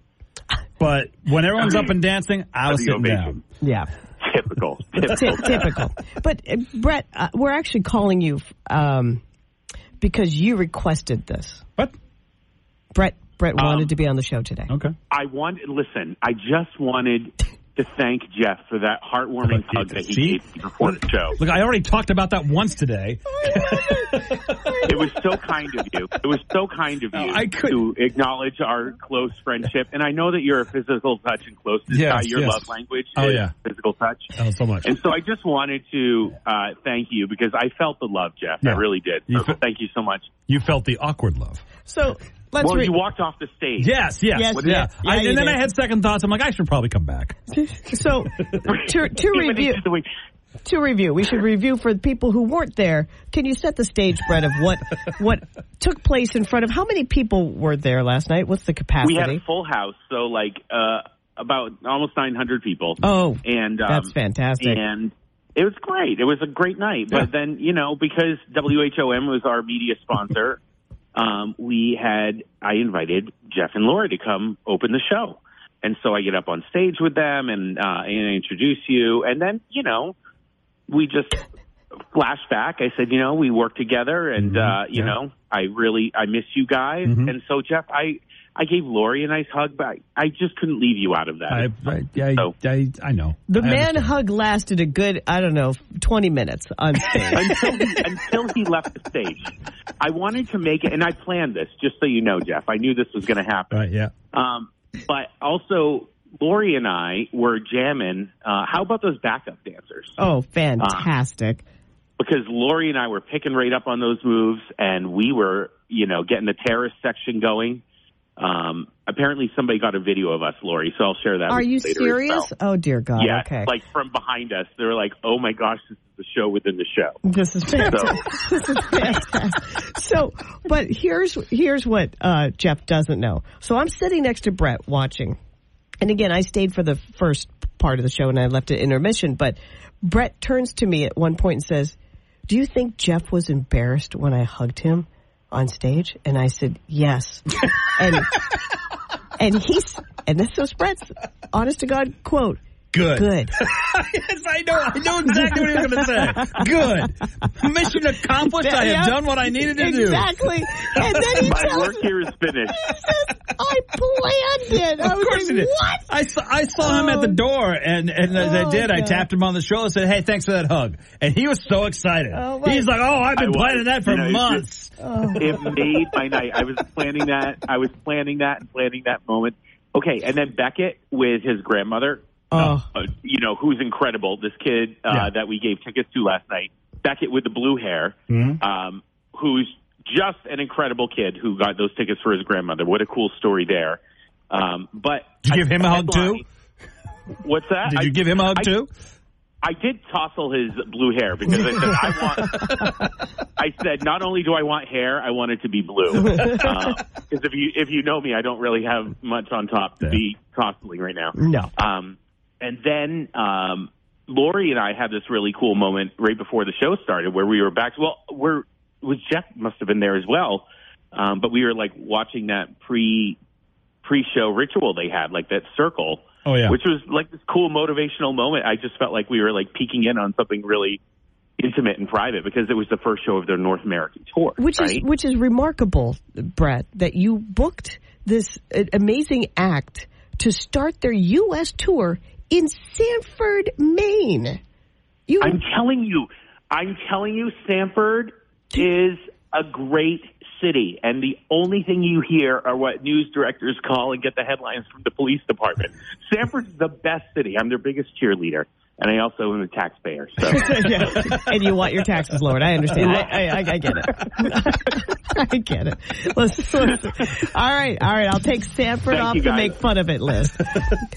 Speaker 2: But when everyone's up and dancing, I was
Speaker 4: The
Speaker 2: sitting down.
Speaker 4: ovation.
Speaker 3: Yeah,
Speaker 4: Typical.
Speaker 3: Ty-
Speaker 4: Typical.
Speaker 3: typical. But uh, Brett, uh, we're actually calling you um, because you requested this.
Speaker 2: What?
Speaker 3: Brett, Brett
Speaker 4: Um,
Speaker 3: wanted to be on the show today.
Speaker 2: Okay.
Speaker 4: I want listen. I just wanted to thank Jeff for that heartwarming
Speaker 2: Look,
Speaker 4: hug that he
Speaker 2: see?
Speaker 4: gave me before the show.
Speaker 2: Look, I already talked about that once today.
Speaker 4: It was so kind of you. It was so kind of you
Speaker 2: I could-
Speaker 4: to acknowledge our close friendship. And I know that you're a physical touch and closeness
Speaker 2: Yes,
Speaker 4: guy. Your
Speaker 2: yes.
Speaker 4: love language
Speaker 2: Oh,
Speaker 4: is
Speaker 2: yeah.
Speaker 4: physical touch.
Speaker 2: Oh, so much.
Speaker 4: And so I just wanted to uh, thank you because I felt the love, Jeff.
Speaker 2: Yeah.
Speaker 4: I really did.
Speaker 2: You
Speaker 4: So
Speaker 2: fe-
Speaker 4: thank you so much.
Speaker 2: You felt the awkward love.
Speaker 3: So let's
Speaker 4: well,
Speaker 3: re-
Speaker 4: you walked off the stage.
Speaker 2: Yes, yes.
Speaker 3: Yes,
Speaker 2: yeah.
Speaker 3: yes. Yeah,
Speaker 2: I,
Speaker 3: you
Speaker 2: and then
Speaker 3: did.
Speaker 2: I had second thoughts. I'm like, I should probably come back.
Speaker 3: so to, to
Speaker 4: Even
Speaker 3: review.
Speaker 4: into the week.
Speaker 3: to review, we should review for the people who weren't there. Can you set the stage, Brett, of what what took place in front of how many people were there last night? What's the capacity?
Speaker 4: We had a full house, so like uh, about almost 900 people.
Speaker 3: oh,
Speaker 4: and um,
Speaker 3: that's fantastic.
Speaker 4: And it was great. It was a great night. But then, you know, because WHOM was our media sponsor, um, we had I invited Jeff and Laura to come open the show, and so I get up on stage with them and uh, and I introduce you, and then you know, we just flash back. I said, you know, we worked together, and uh, you know, I really I miss you guys, and so Jeff, I. I gave Lori a nice hug, but I- I just couldn't leave you out of that.
Speaker 2: I, I, I,
Speaker 4: So-
Speaker 2: I, I know.
Speaker 3: the
Speaker 2: I
Speaker 3: man
Speaker 2: understand.
Speaker 3: hug lasted a good, I don't know, twenty minutes on stage.
Speaker 4: until he, until he left the stage. I wanted to make it, and I planned this just so you know, Jeff. I knew this was going to happen.
Speaker 2: Right, yeah.
Speaker 4: Um, but also, Lori and I were jamming. Uh, how about those backup dancers?
Speaker 3: Oh, fantastic.
Speaker 4: Because Lori and I were picking right up on those moves, and we were, you know, getting the terrorist section going. Um, apparently, somebody got a video of us, Lori. So I'll share that.
Speaker 3: Are
Speaker 4: with
Speaker 3: you
Speaker 4: later as well.
Speaker 3: serious? Oh, dear God.
Speaker 4: yeah,
Speaker 3: Okay.
Speaker 4: like from behind us, they were like, "Oh my gosh, this is the show within the show."
Speaker 3: This is fantastic.
Speaker 4: So-
Speaker 3: this is fantastic. So, but here's here's what uh, Jeff doesn't know. So I'm sitting next to Brett watching, and again, I stayed for the first part of the show and I left at intermission. But Brett turns to me at one point and says, "Do you think Jeff was embarrassed when I hugged him on stage?" And I said, "Yes." and and he's and this was Brett's honest to God quote.
Speaker 2: Good.
Speaker 3: Good.
Speaker 11: yes, I know. I know exactly what you're going to say. Good. Mission accomplished. I have
Speaker 3: Yeah,
Speaker 11: done what I needed to do.
Speaker 3: Exactly. And then he
Speaker 4: My
Speaker 3: tells
Speaker 4: work here is finished.
Speaker 3: I planned it. I
Speaker 11: Of
Speaker 3: was
Speaker 11: course
Speaker 3: like,
Speaker 11: it is.
Speaker 3: What?
Speaker 11: I saw, I saw him at the door, and, and as I
Speaker 3: Oh,
Speaker 11: did, I
Speaker 3: God.
Speaker 11: tapped him on the shoulder and said, hey, thanks for that hug. And he was so excited.
Speaker 3: Oh, my-
Speaker 11: He's like, oh, I've
Speaker 4: I
Speaker 11: been
Speaker 4: was.
Speaker 11: planning that for
Speaker 4: You know, it's
Speaker 11: months.
Speaker 4: it made my night. I was planning that. I was planning that and planning that moment. Okay, and then Beckett with his grandmother,
Speaker 3: Oh.
Speaker 4: uh, you know, who's incredible. This kid uh,
Speaker 11: Yeah.
Speaker 4: that we gave tickets to last night, Beckett with the blue hair,
Speaker 11: Mm-hmm.
Speaker 4: um, who's just an incredible kid who got those tickets for his grandmother. What a cool story there. Um, but
Speaker 11: Did you
Speaker 4: I
Speaker 11: give him a hug, too?
Speaker 4: headline- What's that?
Speaker 11: Did
Speaker 4: I-
Speaker 11: you give him a hug,
Speaker 4: I-
Speaker 11: too?
Speaker 4: I did tousle his blue hair because I said I want. I said not only do I want hair, I want it to be blue. Because if you if you know me, I don't really have much on top to be tousling right now.
Speaker 3: No.
Speaker 4: Um, and then um, Lori and I had this really cool moment right before the show started where we were back. Well, we're was Jeff must have been there as well, um, but we were like watching that pre pre show ritual they had, like that circle.
Speaker 2: Oh, yeah.
Speaker 4: Which was like this cool motivational moment. I just felt like we were like peeking in on something really intimate and private because it was the first show of their North American tour.
Speaker 3: Which
Speaker 4: right?
Speaker 3: is which is remarkable, Brett, that you booked this uh, amazing act to start their U.S. tour in Sanford, Maine. You
Speaker 4: I'm telling you, I'm telling you, Sanford is a great city, and the only thing you hear are what news directors call and get the headlines from the police department. Sanford's the best city. I'm their biggest cheerleader, and I also am a taxpayer. So
Speaker 3: Yeah. and you want your taxes lowered. I understand. I, I, I, I get it. I get it. Let's, let's- all right, all right. I'll take Sanford
Speaker 4: Thank
Speaker 3: off
Speaker 4: you,
Speaker 3: the
Speaker 4: guys.
Speaker 3: make fun of it list.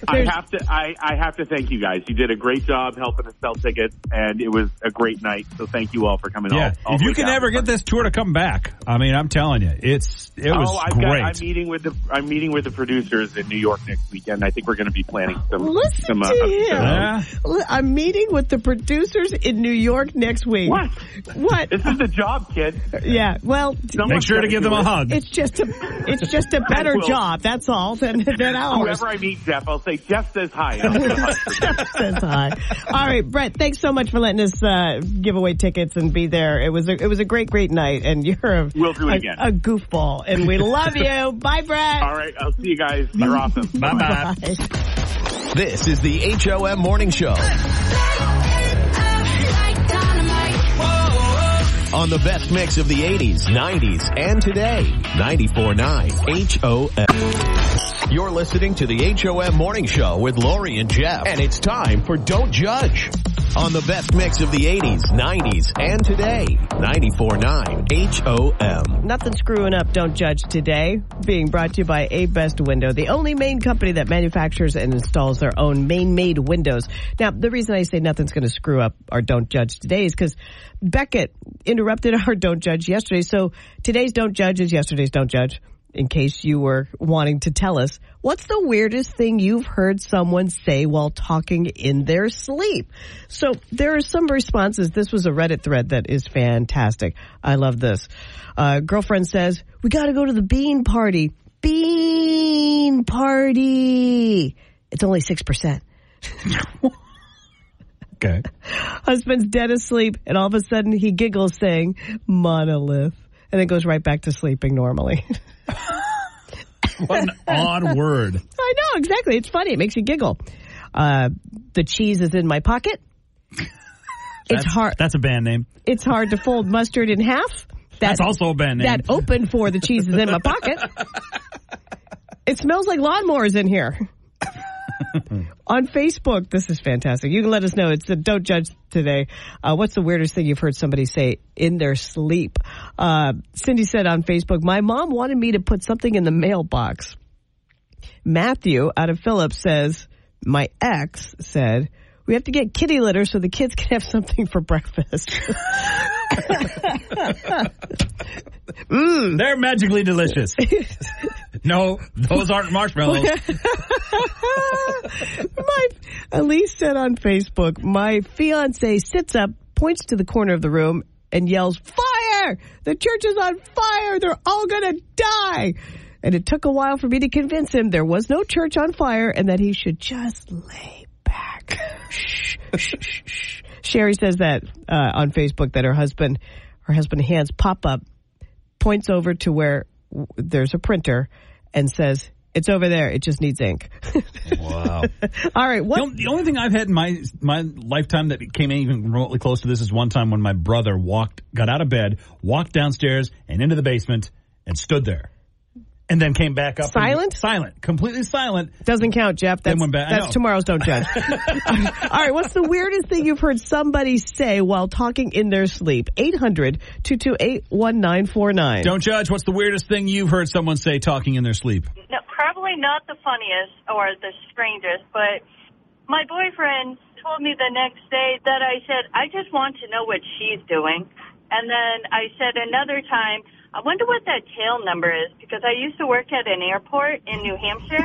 Speaker 4: I
Speaker 3: There's-
Speaker 4: have to, I, I have to thank you guys. You did a great job helping us sell tickets, and it was a great night. So thank you all for coming.
Speaker 2: Yeah.
Speaker 4: all, all
Speaker 2: if
Speaker 4: the
Speaker 2: you
Speaker 4: way
Speaker 2: can
Speaker 4: down
Speaker 2: ever
Speaker 4: to
Speaker 2: get this tour to come back, I mean, I'm telling you, it's it was
Speaker 4: oh, I've
Speaker 2: great.
Speaker 4: Got, I'm meeting with the I'm meeting with the producers in New York next weekend. I think we're going to be planning some.
Speaker 3: Listen
Speaker 4: some, uh,
Speaker 3: to him.
Speaker 4: some-
Speaker 2: Yeah.
Speaker 3: L- I'm meeting with the producers in New York next week.
Speaker 4: What?
Speaker 3: What?
Speaker 4: This is the job, kid.
Speaker 3: Yeah. Well, d-
Speaker 4: Someone-
Speaker 2: Make sure to give them a hug.
Speaker 3: it's just a it's just a better
Speaker 4: will.
Speaker 3: job. That's all than than ours.
Speaker 4: Whoever I meet, Jeff, I'll say Jeff says hi. And I'll give him a hug.
Speaker 3: Says hi. All right, Brett. Thanks so much for letting us uh, give away tickets and be there. It was a, it was a great great night, and you're a,
Speaker 4: We'll do it
Speaker 3: a-
Speaker 4: again.
Speaker 3: a goofball, and we love you. Bye, Brett.
Speaker 4: All right, I'll see you guys. You're awesome.
Speaker 2: Bye bye.
Speaker 3: Bye.
Speaker 1: This is the HOM Morning Show. On the best mix of the 80s, 90s, and today, 94.9 HOM. You're listening to the HOM Morning Show with Lori and Jeff, and it's time for Don't Judge. On the best mix of the 80s, 90s, and today, 94.9 HOM.
Speaker 3: Nothing screwing up, don't judge today. Being brought to you by A Best Window, the only main company that manufactures and installs their own main made windows. Now, the reason I say nothing's going to screw up our don't judge today is because Beckett interrupted our don't judge yesterday. So today's don't judge is yesterday's don't judge. In case you were wanting to tell us, what's the weirdest thing you've heard someone say while talking in their sleep? So there are some responses. This was a Reddit thread that is fantastic. I love this. Uh, girlfriend says, we gotta go to the bean party. Bean party. It's only 6%.
Speaker 2: Okay.
Speaker 3: Husband's dead asleep and all of a sudden he giggles saying, monolith. And it goes right back to sleeping normally.
Speaker 2: What an odd word.
Speaker 3: I know, exactly. It's funny. It makes you giggle. Uh, the cheese is in my pocket. it's hard.
Speaker 2: That's a band name.
Speaker 3: It's hard to fold mustard in half. That,
Speaker 2: That's also a band name.
Speaker 3: that open for the cheese is in my pocket. it smells like lawnmowers in here. on Facebook. This is fantastic. You can let us know. It's the Don't Judge Today. Uh, what's the weirdest thing you've heard somebody say in their sleep? Uh, Cindy said on Facebook, My mom wanted me to put something in the mailbox. Matthew out of Phillips says, My ex said, We have to get kitty litter so the kids can have something for breakfast.
Speaker 2: They're magically delicious. no, those aren't marshmallows.
Speaker 3: my Elise said on Facebook, my fiance sits up, points to the corner of the room, and yells, "Fire! The church is on fire! They're all gonna die!" And it took a while for me to convince him there was no church on fire and that he should just lay back. shh, shh, shh, shh. Sherry says that uh, on Facebook that her husband, her husband hands pop up, points over to where w- there's a printer, and says. It's over there. It just needs ink.
Speaker 2: wow.
Speaker 3: All right. What
Speaker 2: The only, the only thing I've had in my my lifetime that came even remotely close to this is one time when my brother walked, got out of bed, walked downstairs and into the basement and stood there, and then came back up. and-
Speaker 3: Silent?
Speaker 2: silent, completely silent.
Speaker 3: Doesn't count, Jeff. That's,
Speaker 2: Then went back- I
Speaker 3: that's
Speaker 2: know.
Speaker 3: tomorrow's Don't Judge. All right, what's the weirdest thing you've heard somebody say while talking in their sleep? 800 228 1949.
Speaker 2: Don't judge. What's the weirdest thing you've heard someone say talking in their sleep?
Speaker 9: No, probably not the funniest or the strangest, but my boyfriend told me the next day that I said, I just want to know what she's doing. And then I said another time, I wonder what that tail number is because I used to work at an airport in New Hampshire.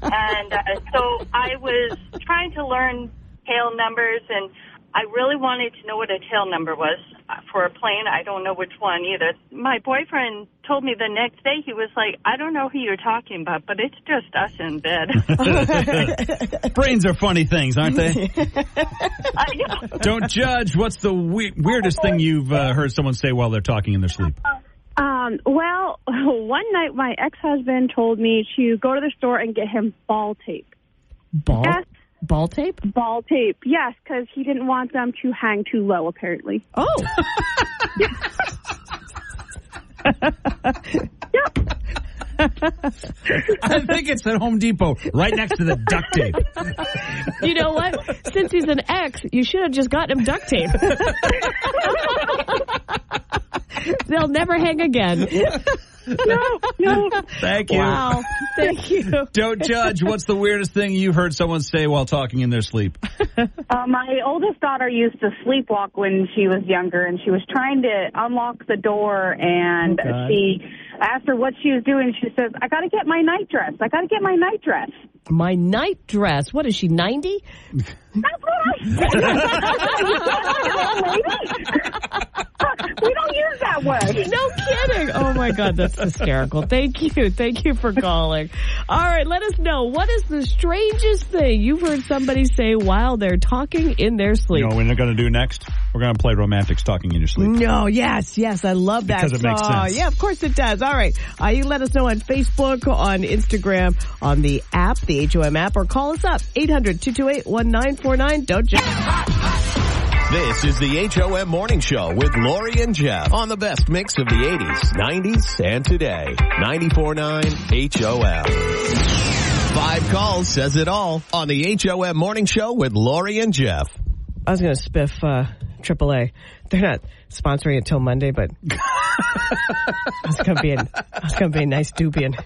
Speaker 9: and uh, so I was trying to learn tail numbers and I really wanted to know what a tail number was uh, for a plane. I don't know which one either. My boyfriend told me the next day, he was like, I don't know who you're talking about, but it's just us in bed.
Speaker 2: Brains are funny things, aren't they?
Speaker 9: I know.
Speaker 2: Don't judge. What's the we- weirdest thing you've uh, heard someone say while they're talking in their sleep?
Speaker 8: Um, well, one night my ex husband told me to go to the store and get him ball tape.
Speaker 3: Ball,
Speaker 8: Yes.
Speaker 3: ball tape?
Speaker 8: Ball tape, yes, because he didn't want them to hang too low, apparently.
Speaker 3: Oh.
Speaker 2: I think it's at Home Depot, right next to the duct tape.
Speaker 3: You know what? Since he's an ex, you should have just gotten him duct tape. They'll never hang again.
Speaker 8: no, no.
Speaker 2: Thank you.
Speaker 3: Wow. Thank you.
Speaker 2: Don't judge. What's the weirdest thing you've heard someone say while talking in their sleep?
Speaker 12: Uh, my oldest daughter used to sleepwalk when she was younger, and she was trying to unlock the door. And
Speaker 10: Oh, God.
Speaker 12: she asked her what she was doing. She says, "I got to get my night dress. I got to get my night dress."
Speaker 3: My night dress. What is she, 90?
Speaker 12: we don't use that word.
Speaker 3: No kidding. Oh my God, that's hysterical. Thank you. Thank you for calling. All right, let us know what is the strangest thing you've heard somebody say while they're talking in their sleep.
Speaker 2: You know what we're going to do next? We're going to play romantics talking in your sleep.
Speaker 3: No, yes, yes, I love that
Speaker 2: Because it makes
Speaker 3: song.
Speaker 2: sense.
Speaker 3: Yeah, of course it does. All right, uh, you let us know on Facebook, on Instagram, on the app, the HOM app, or call us up 800-228-1949. Don't you?
Speaker 1: This is the HOM Morning Show with Lori and Jeff on the best mix of the 80s, 90s, and today. 94.9 HOM. Five calls says it all on the HOM Morning Show with Lori and Jeff.
Speaker 3: I was going to spiff uh, AAA. They're not sponsoring it till Monday, but it's going to be a it's going to be a nice dubian.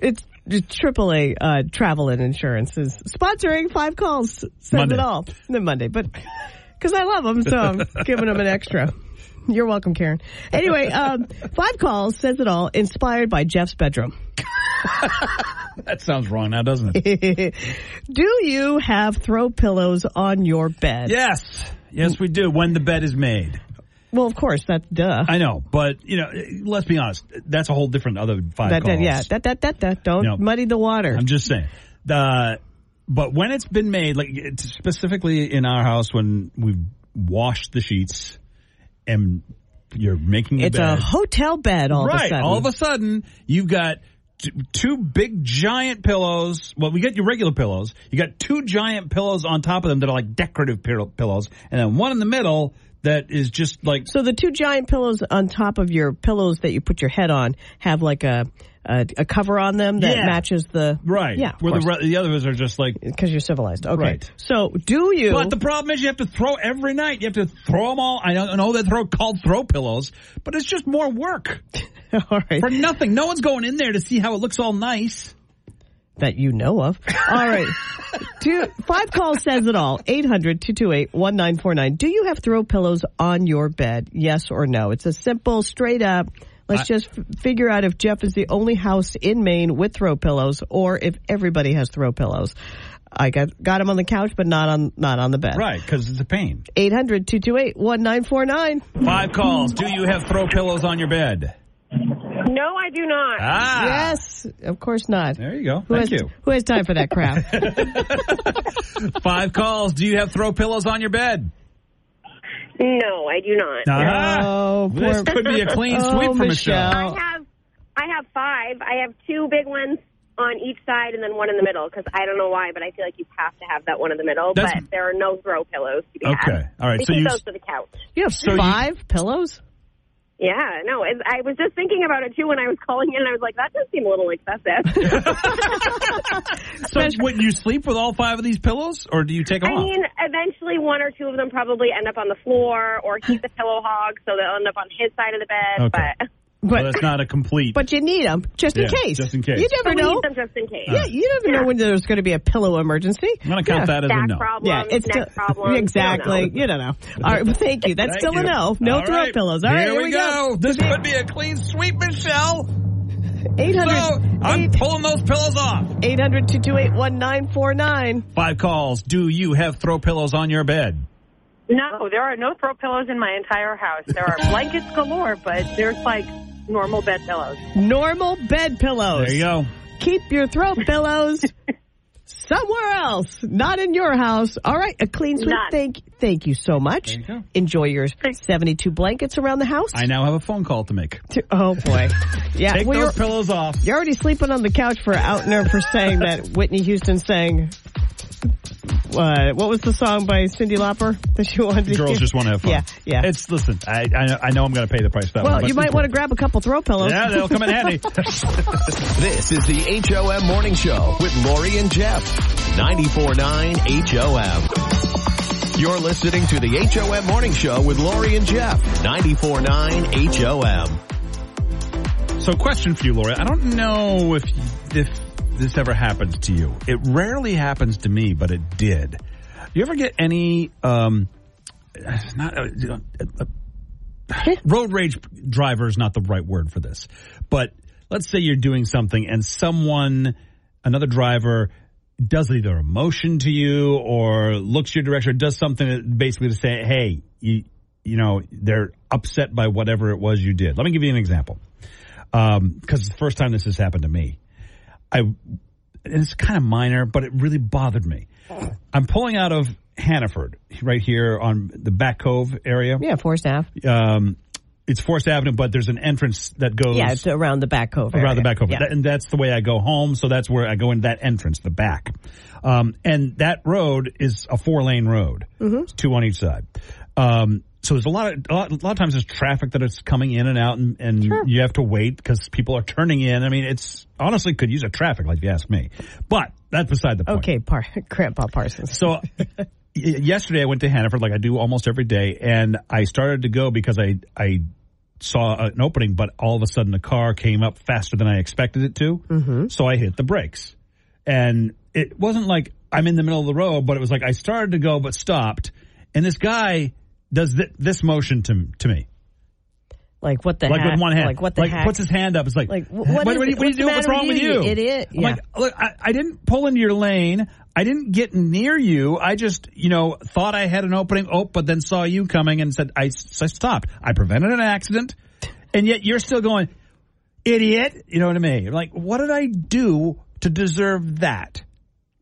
Speaker 3: It's it's AAA uh, travel and insurance is sponsoring five calls. Says
Speaker 2: Monday.
Speaker 3: it all. Then Monday, but because I love them, so I'm giving them an extra. You're welcome, Karen. Anyway, um, five calls says it all. Inspired by Jeff's bedroom.
Speaker 2: That sounds wrong now, doesn't it?
Speaker 3: Do you have throw pillows on your bed?
Speaker 2: yes. Yes, we do. When the bed is made.
Speaker 3: Well, of course, that's duh.
Speaker 2: I know, but, you know, let's be honest. That's a whole different other five
Speaker 3: that,
Speaker 2: calls.
Speaker 3: that, yeah, that, that, that, that. Don't
Speaker 2: No.
Speaker 3: muddy the water.
Speaker 2: I'm just saying. The but when it's been made, like it's specifically in our house, when we've washed the sheets and you're making the
Speaker 3: it's
Speaker 2: bed,
Speaker 3: a hotel bed all
Speaker 2: right?
Speaker 3: of a sudden.
Speaker 2: All of a sudden, you've got t- two big giant pillows. Well, we got your regular pillows. You got two giant pillows on top of them that are like decorative pill- pillows, and then one in the middle that is just like
Speaker 3: so the two giant pillows on top of your pillows that you put your head on have like a a, a cover on them that
Speaker 2: Yeah.
Speaker 3: matches the
Speaker 2: right.
Speaker 3: Yeah, of
Speaker 2: Where the
Speaker 3: course.
Speaker 2: re- the others are just like
Speaker 3: because you're civilized. Okay.
Speaker 2: Right.
Speaker 3: So do you?
Speaker 2: But the problem is you have to throw every night. You have to throw them all. I don't know they're throw, called throw pillows, but it's just more work.
Speaker 3: all right.
Speaker 2: For nothing. No one's going in there to see how it looks all nice.
Speaker 3: that you know of. All right. Do, five calls says it all. 800 228 1949. Do you have throw pillows on your bed? Yes or no? It's a simple, straight up. Let's
Speaker 2: I-
Speaker 3: just f- figure out if Jeff is the only house in Maine with throw pillows or if everybody has throw pillows. I got got them on the couch, but not on not on the bed.
Speaker 2: Right, because it's a pain.
Speaker 3: 800 228 1949.
Speaker 2: Five calls. Do you have throw pillows on your bed?
Speaker 10: No, I do not.
Speaker 2: Ah.
Speaker 3: Yes, of course not.
Speaker 2: There you go.
Speaker 3: Who
Speaker 2: Thank
Speaker 3: has,
Speaker 2: you.
Speaker 3: Who has time for that crap?
Speaker 2: Five calls. Do you have throw pillows on your bed?
Speaker 10: No, I do not.
Speaker 2: Ah.
Speaker 3: Oh,
Speaker 2: this
Speaker 3: poor-
Speaker 2: could be a clean
Speaker 3: Oh,
Speaker 2: sweep for
Speaker 3: Michelle.
Speaker 2: Michelle.
Speaker 10: I have I have five. I have two big ones on each side and then one in the middle because I don't know why, but I feel like you have to have that one in the middle.
Speaker 2: That's-
Speaker 10: but there are no throw pillows to be had.
Speaker 2: Okay. All right.
Speaker 10: We
Speaker 2: So
Speaker 10: keep
Speaker 2: you-
Speaker 10: those to the couch.
Speaker 3: You have
Speaker 2: So you-
Speaker 3: five pillows?
Speaker 10: Yeah, no, it's, I was just thinking about it too when I was calling in. I was like, that does seem a little excessive.
Speaker 2: So would you sleep with all five of these pillows, or do you take them
Speaker 10: I
Speaker 3: Oh.
Speaker 2: off?
Speaker 10: mean, eventually one or two of them probably end up on the floor, or he's a pillow hog, so they'll end up on his side of the bed.
Speaker 2: Okay.
Speaker 10: But
Speaker 2: Well, that's not a complete.
Speaker 3: But you need them just in
Speaker 2: Yeah,
Speaker 3: case.
Speaker 2: just in case. Ah.
Speaker 3: You
Speaker 10: So
Speaker 3: never
Speaker 10: we
Speaker 3: know.
Speaker 10: need them just in case.
Speaker 3: Yeah, you never know when there's going to be a pillow emergency. I'm
Speaker 2: gonna count that as a Back no. problems,
Speaker 3: yeah, it's
Speaker 10: neck
Speaker 3: still-
Speaker 10: problems,
Speaker 3: Exactly.
Speaker 10: you don't know.
Speaker 3: You don't know. All right, well, thank you. That's
Speaker 2: Thank
Speaker 3: still a
Speaker 2: you.
Speaker 3: no. No
Speaker 2: All
Speaker 3: throw
Speaker 2: right.
Speaker 3: pillows. All right,
Speaker 2: here, we go. This
Speaker 3: Eight
Speaker 2: could be a clean sweep, Michelle. So I'm
Speaker 3: hundred
Speaker 2: pulling those pillows off.
Speaker 3: eight hundred two two eight one nine four nine.
Speaker 2: Five calls. Do you have throw pillows on your bed?
Speaker 13: No, there are no throw pillows in my entire house. There are blankets galore, but there's like normal bed pillows.
Speaker 3: Normal bed pillows.
Speaker 2: There you go.
Speaker 3: Keep your throw pillows somewhere else, not in your house. All right, a clean sweep.
Speaker 10: Not-
Speaker 3: Thank, thank you so much.
Speaker 2: There you go.
Speaker 3: Enjoy your seventy-two blankets around the house.
Speaker 2: I now have a phone call to make.
Speaker 3: Oh boy. Yeah,
Speaker 2: Take
Speaker 3: we
Speaker 2: those
Speaker 3: were-
Speaker 2: pillows off.
Speaker 3: You're already sleeping on the couch for out and for saying that Whitney Houston sang. Uh, what was the song by Cindy Lauper that you wanted to
Speaker 2: Girls
Speaker 3: hear?
Speaker 2: just want to have fun.
Speaker 3: Yeah, yeah.
Speaker 2: It's listen. I I, I know I'm going to pay the price for that.
Speaker 3: well,
Speaker 2: one, but
Speaker 3: you might want to grab a couple throw pillows.
Speaker 2: Yeah, they'll come in handy.
Speaker 1: This is the HOM Morning Show with Lori and Jeff. 94.9 HOM. You're listening to the HOM Morning Show with Lori and Jeff. 94.9 HOM.
Speaker 2: So, question for you, Laura. I don't know if if this ever happens to you. It rarely happens to me, but it did. You ever get any um, it's not uh, you know, uh, uh, road rage driver is not the right word for this, but let's say you're doing something and someone, another driver. Does either a motion to you or looks your direction, or does something that basically to say, "Hey, you, you know, they're upset by whatever it was you did." Let me give you an example because it's the first time this has happened to me. I and it's kind of minor, but it really bothered me. I'm pulling out of Hannaford right here on the Back Cove area.
Speaker 3: Yeah, Forest Ave.
Speaker 2: Um, it's Forest Avenue, but there's an entrance that goes
Speaker 3: Yeah, it's around the back cove.
Speaker 2: around the
Speaker 3: area.
Speaker 2: back over.
Speaker 3: Yeah.
Speaker 2: That- and that's the way I go home. So that's where I go into that entrance, the back. Um, and that road is a four lane road.
Speaker 3: Mm-hmm.
Speaker 2: It's two on each side. Um, so there's a lot of a lot, a lot of times there's traffic that is coming in and out, and, and you have to wait because people are turning in. I mean, it's honestly could use a traffic light if you ask me. But that's beside the point.
Speaker 3: Okay, Par- Grandpa Parsons.
Speaker 2: So y- yesterday I went to Hannaford like I do almost every day and I started to go because I I saw an opening but all of a sudden the car came up faster than I expected it to. Mm-hmm. So I hit the brakes. And it wasn't like I'm in the middle of the road but it was like I started to go but stopped and this guy does th- this motion to to me.
Speaker 3: Like what the
Speaker 2: like
Speaker 3: heck?
Speaker 2: with one hand.
Speaker 3: Like what the heck?
Speaker 2: puts his hand up. It's like,
Speaker 3: Like, wh-
Speaker 2: what,
Speaker 3: what is
Speaker 2: what, do you-
Speaker 3: it?
Speaker 2: what do you
Speaker 3: What's the
Speaker 2: do? What's
Speaker 3: matter
Speaker 2: wrong
Speaker 3: with
Speaker 2: with
Speaker 3: you,
Speaker 2: you?
Speaker 3: you idiot?
Speaker 2: I'm
Speaker 3: Yeah.
Speaker 2: like, look, I, I didn't pull into your lane. I didn't get near you. I just, you know, thought I had an opening. Oh, but then saw you coming and said, I, s- I stopped. I prevented an accident. And yet you're still going, idiot. You know what I mean? Like, what did I do to deserve that?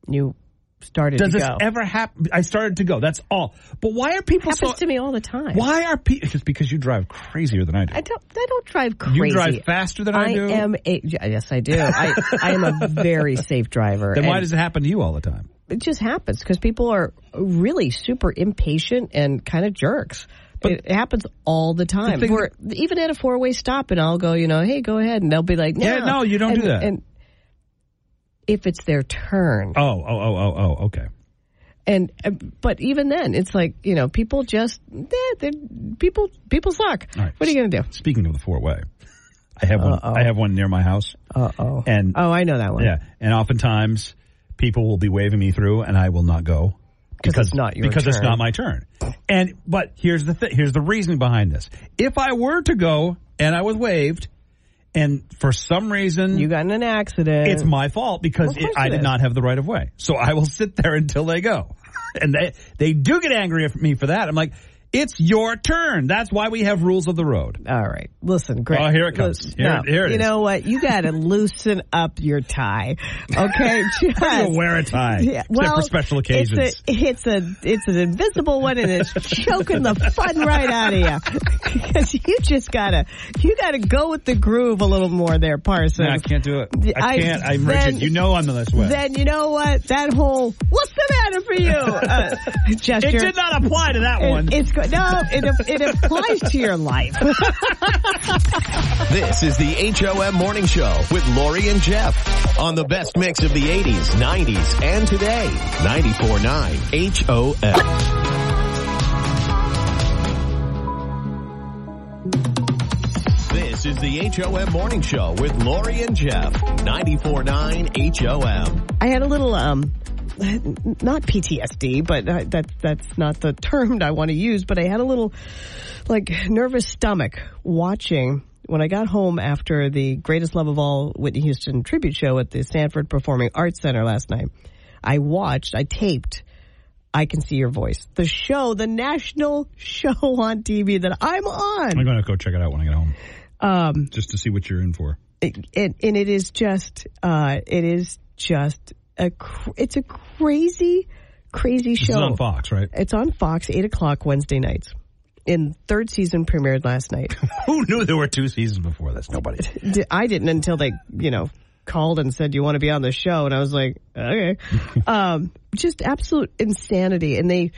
Speaker 3: you started
Speaker 2: Does
Speaker 3: to
Speaker 2: this
Speaker 3: go.
Speaker 2: ever happen? I started to go. That's all. But why are people
Speaker 3: happens
Speaker 2: so?
Speaker 3: to me all the time.
Speaker 2: Why are people? It's because you drive crazier than I do.
Speaker 3: I don't. I don't drive crazy.
Speaker 2: drive faster than I do?
Speaker 3: Am a, yes, I do. I, I am a very safe driver.
Speaker 2: Then why
Speaker 3: and-
Speaker 2: does it happen to you all the time?
Speaker 3: it just happens because people are really super impatient and kind of jerks. it, it happens all the time.
Speaker 2: thing-
Speaker 3: We're- even at a four way stop, and I'll go, you know, hey, go ahead, and they'll be like,
Speaker 2: Yeah, no, you don't
Speaker 3: And-
Speaker 2: do that.
Speaker 3: And if it's their turn,
Speaker 2: Oh, oh, oh, oh, oh, okay.
Speaker 3: and uh, but even then, it's like you know, people just eh, they're- people people suck.
Speaker 2: All right.
Speaker 3: What are you gonna do?
Speaker 2: Speaking of the four way, I have one. I have one near my house.
Speaker 3: Uh oh.
Speaker 2: And
Speaker 3: oh, I know that one.
Speaker 2: Yeah, and oftentimes people will be waving me through, and I will not go because it's not
Speaker 3: your
Speaker 2: because it's
Speaker 3: turn.
Speaker 2: not my turn. And but here's the th- here's the reasoning behind this. If I were to go and I was waved, and for some reason
Speaker 3: You got in an accident.
Speaker 2: it's my fault because
Speaker 3: Of course
Speaker 2: it, I
Speaker 3: it
Speaker 2: did
Speaker 3: is.
Speaker 2: not have the right of way. So I will sit there until they go. And they, they do get angry at me for that. I'm like, it's your turn. That's why we have rules of the road.
Speaker 3: All right. Listen, Greg.
Speaker 2: Oh, here it comes. Here,
Speaker 3: No,
Speaker 2: it- here it
Speaker 3: you
Speaker 2: is.
Speaker 3: know what? You got to loosen up your tie. Okay, just
Speaker 2: I'm gonna wear a tie, except for special occasions.
Speaker 3: It's a it's a it's an invisible one, and it's choking the fun right out of you because you just gotta you gotta go with the groove a little more there, Parsons.
Speaker 2: No, I can't do it. I
Speaker 3: I-
Speaker 2: can't. I'm
Speaker 3: then-
Speaker 2: rigid. You know I'm the less way.
Speaker 3: Then you know what? That whole what's the matter for you uh, gesture.
Speaker 2: It did not apply to that
Speaker 3: It-
Speaker 2: one.
Speaker 3: It's go- no, it it applies to your life.
Speaker 1: This is the HOM Morning Show with Lori and Jeff on the best mix of the 80s, 90s, and today. 94.9 HOM. This is the HOM Morning Show with Lori and Jeff. 94.9 HOM.
Speaker 3: I had a little um not PTSD, but uh, that that's not the term I want to use, but I had a little like nervous stomach watching when I got home after the Greatest Love of All Whitney Houston tribute show at the Sanford Performing Arts Center last night. I watched, I taped I can see your voice. The show, the national show on TV that I'm on.
Speaker 2: I'm going to go check it out when I get home
Speaker 3: Um
Speaker 2: just to see what you're in for.
Speaker 3: it, it, and it is just uh, it is just a cr- it's a crazy crazy
Speaker 2: This
Speaker 3: show
Speaker 2: is on Fox, right?
Speaker 3: It's on Fox eight o'clock Wednesday nights. In third season premiered last night.
Speaker 2: Who knew there were two seasons before this? Nobody.
Speaker 3: D- I didn't until they you know called and said you want to be on the show, and I was like okay, um, just absolute insanity, and they.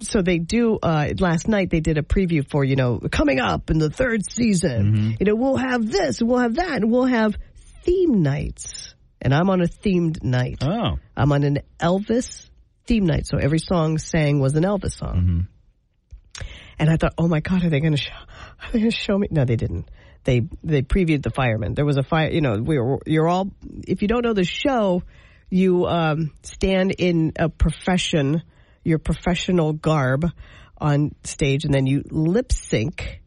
Speaker 3: So they do. Uh, last night they did a preview for you know coming up in the third season. You know we'll have this, and we'll have that, and we'll have theme nights. And I'm on a themed night.
Speaker 2: Oh,
Speaker 3: I'm on an Elvis theme night. So every song sang was an Elvis song. And I thought, oh my god, are they going to show? Are they going to show me? No, they didn't. They they previewed the firemen. There was a fire. You know, we were, you're all. If you don't know the show, you um, stand in a profession, your professional garb, on stage, and then you lip sync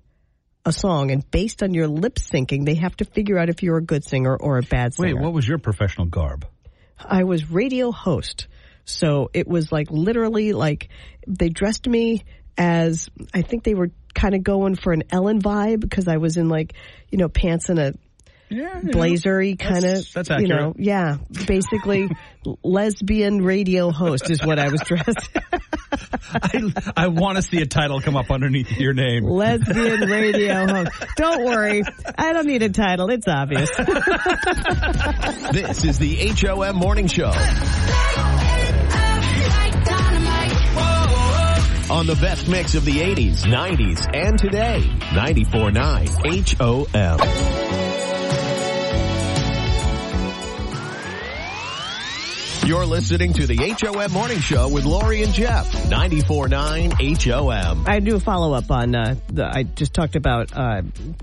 Speaker 3: a song. And based on your lip syncing, they have to figure out if you're a good singer or a bad singer.
Speaker 2: wait, what was your professional garb?
Speaker 3: I was radio host. So it was like literally like they dressed me as I think they were kind of going for an Ellen vibe because I was in like, you know, pants and a
Speaker 2: Yeah,
Speaker 3: blazery kind of
Speaker 2: That's- that's
Speaker 3: you know,
Speaker 2: accurate.
Speaker 3: yeah, basically lesbian radio host is what I was dressed.
Speaker 2: I, I want to see a title come up underneath your name.
Speaker 3: lesbian radio host. Don't worry. I don't need a title. It's obvious.
Speaker 1: This is the HOM Morning Show. On the best mix of the 80s, 90s, and today. 94.9 HOM. You're listening to the HOM Morning Show with Lori and Jeff. 94.9 HOM.
Speaker 3: Um, I do a follow up on. Uh, the, I just talked about uh,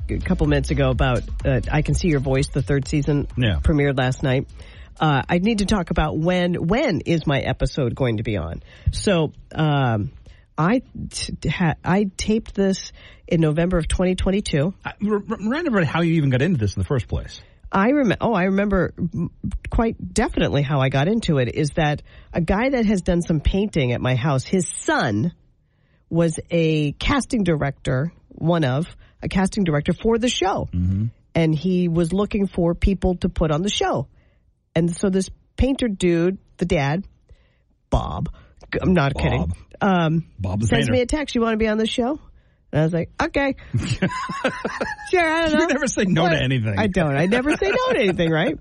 Speaker 3: a couple minutes ago about uh, I can see your voice. The third season
Speaker 2: Yeah.
Speaker 3: premiered last night. Uh, I need to talk about when. When is my episode going to be on? So um, I t- ha- I taped this in November of 2022.
Speaker 2: I, r- r- remind everybody how you even got into this in the first place.
Speaker 3: I remember. Oh, I remember mm, quite definitely how I got into it. Is that a guy that has done some painting at my house? His son was a casting director, one of a casting director for the show,
Speaker 2: Mm-hmm.
Speaker 3: and he was looking for people to put on the show. And so this painter dude, the dad, Bob, g- I'm not kidding, um,
Speaker 2: Bob the
Speaker 3: sends
Speaker 2: painter.
Speaker 3: me a text. You want to be on the show? And I was like, okay, sure. I don't know.
Speaker 2: You never say no
Speaker 3: What?
Speaker 2: to anything.
Speaker 3: I don't. I never say no to anything, right?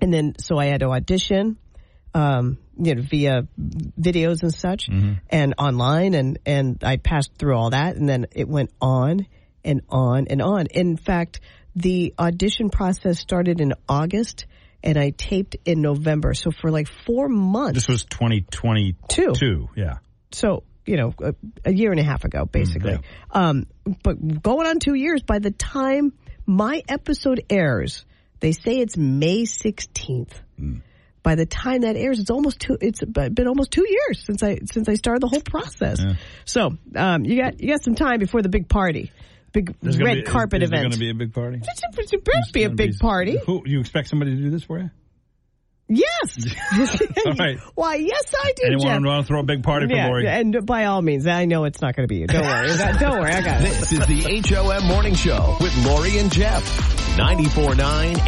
Speaker 3: And then, so I had to audition. um, you know, via videos and such, and online, and and I passed through all that, and then it went on and on and on. In fact, the audition process started in August, and I taped in November. So for like four months,
Speaker 2: This was 2022. Yeah.
Speaker 3: so you know a, a year and a half ago basically
Speaker 11: Mm,
Speaker 3: um but going on two years by the time my episode airs they say it's may 16th
Speaker 11: Mm.
Speaker 3: by the time that airs it's almost two it's been almost two years since i since i started the whole process so um you got you got some time before the big party big red carpet
Speaker 11: is, is
Speaker 3: event
Speaker 11: going to be a big party.
Speaker 3: It's a- it's supposed to be a big party
Speaker 11: Who you expect somebody to do this for you?
Speaker 3: yes
Speaker 11: All right.
Speaker 3: why yes i do
Speaker 11: Anyone
Speaker 3: Jeff.
Speaker 11: want to throw a big party for
Speaker 3: yeah,
Speaker 11: Lori?
Speaker 3: and by all means i know it's not going to be you don't worry don't worry i got it
Speaker 1: This is the HOM Morning Show with Lori and Jeff. 94.9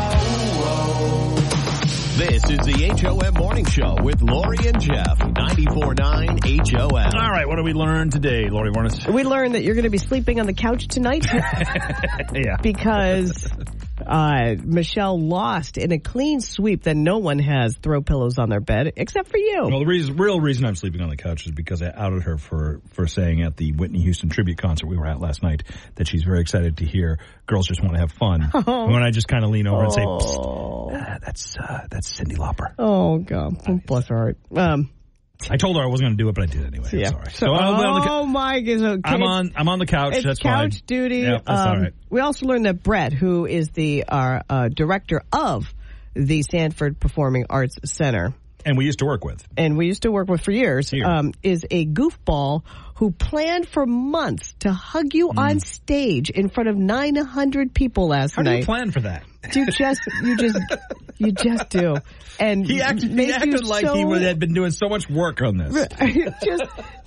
Speaker 1: HOM. This is the HOM Morning Show with Lori and Jeff. 94.9 HOM.
Speaker 2: All right, what do we learn today, Lori Warnes?
Speaker 3: We learned that you're going to be sleeping on the couch tonight
Speaker 2: yeah.
Speaker 3: because uh, Michelle lost in a clean sweep that no one has throw pillows on their bed except for you.
Speaker 11: Well, the reason, real reason I'm sleeping on the couch is because I outed her for, for saying at the Whitney Houston tribute concert we were at last night that she's very excited to hear girls just want to have fun.
Speaker 3: Oh.
Speaker 11: And when I just kind of lean over and say,
Speaker 3: Oh.
Speaker 11: Psst, ah, that's uh, that's Cindy Lauper.
Speaker 3: Oh, God. Oh, Bless her heart. Um,
Speaker 11: I told her I wasn't going to do it, but I did anyway.
Speaker 3: yeah.
Speaker 11: I'm sorry.
Speaker 3: So,
Speaker 11: I'll be on the
Speaker 3: oh, my. goodness. Okay.
Speaker 11: I'm on- I'm on the couch.
Speaker 3: It's
Speaker 11: That's
Speaker 3: couch
Speaker 11: fine.
Speaker 3: duty.
Speaker 11: Yeah, that's all
Speaker 3: Um,
Speaker 11: right.
Speaker 3: We also learned that Brett, who is the uh, uh, director of the Sanford Performing Arts Center,
Speaker 11: ca- and we used to work with.
Speaker 3: and we used to work with for years, um, is a goofball who planned for months to hug you
Speaker 11: Mm.
Speaker 3: on stage in front of 900 people last
Speaker 11: How do
Speaker 3: night.
Speaker 11: you plan for that?
Speaker 3: You just, you just, you just do. And
Speaker 11: He acted, he
Speaker 3: makes you
Speaker 11: acted like he
Speaker 3: so-
Speaker 11: would, had been doing so much work on this.
Speaker 3: just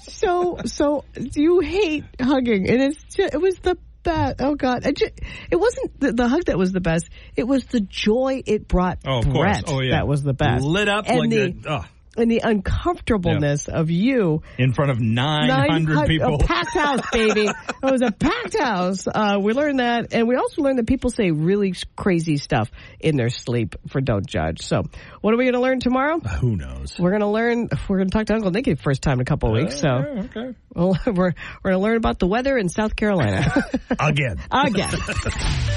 Speaker 3: so, so you hate hugging, and it's just, it was the best. Oh God, I just, it wasn't the, the hug that was the best. It was the joy it brought
Speaker 11: Oh, of course.
Speaker 3: Brett.
Speaker 11: Oh, yeah.
Speaker 3: That was the best.
Speaker 11: Lit up
Speaker 3: and
Speaker 11: like
Speaker 3: the,
Speaker 11: the- ugh.
Speaker 3: and the uncomfortableness of you
Speaker 11: In front of 900
Speaker 3: 900
Speaker 11: people.
Speaker 3: A packed house, baby. it was a packed house. Uh, we learned that. And we also learned that people say really crazy stuff in their sleep for Don't Judge. So, what are we going to learn tomorrow?
Speaker 11: Who knows?
Speaker 3: We're going to learn, we're going to talk to Uncle Nicky first time in a couple of weeks. So,
Speaker 11: okay.
Speaker 3: we'll, we're, we're going to learn about the weather in South Carolina.
Speaker 2: Again.
Speaker 3: Again.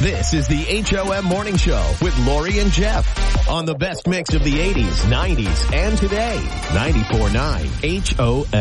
Speaker 1: This is the HOM Morning Show with Lori and Jeff on the best mix of the 80s, 90s, and today. 94.9 HOM.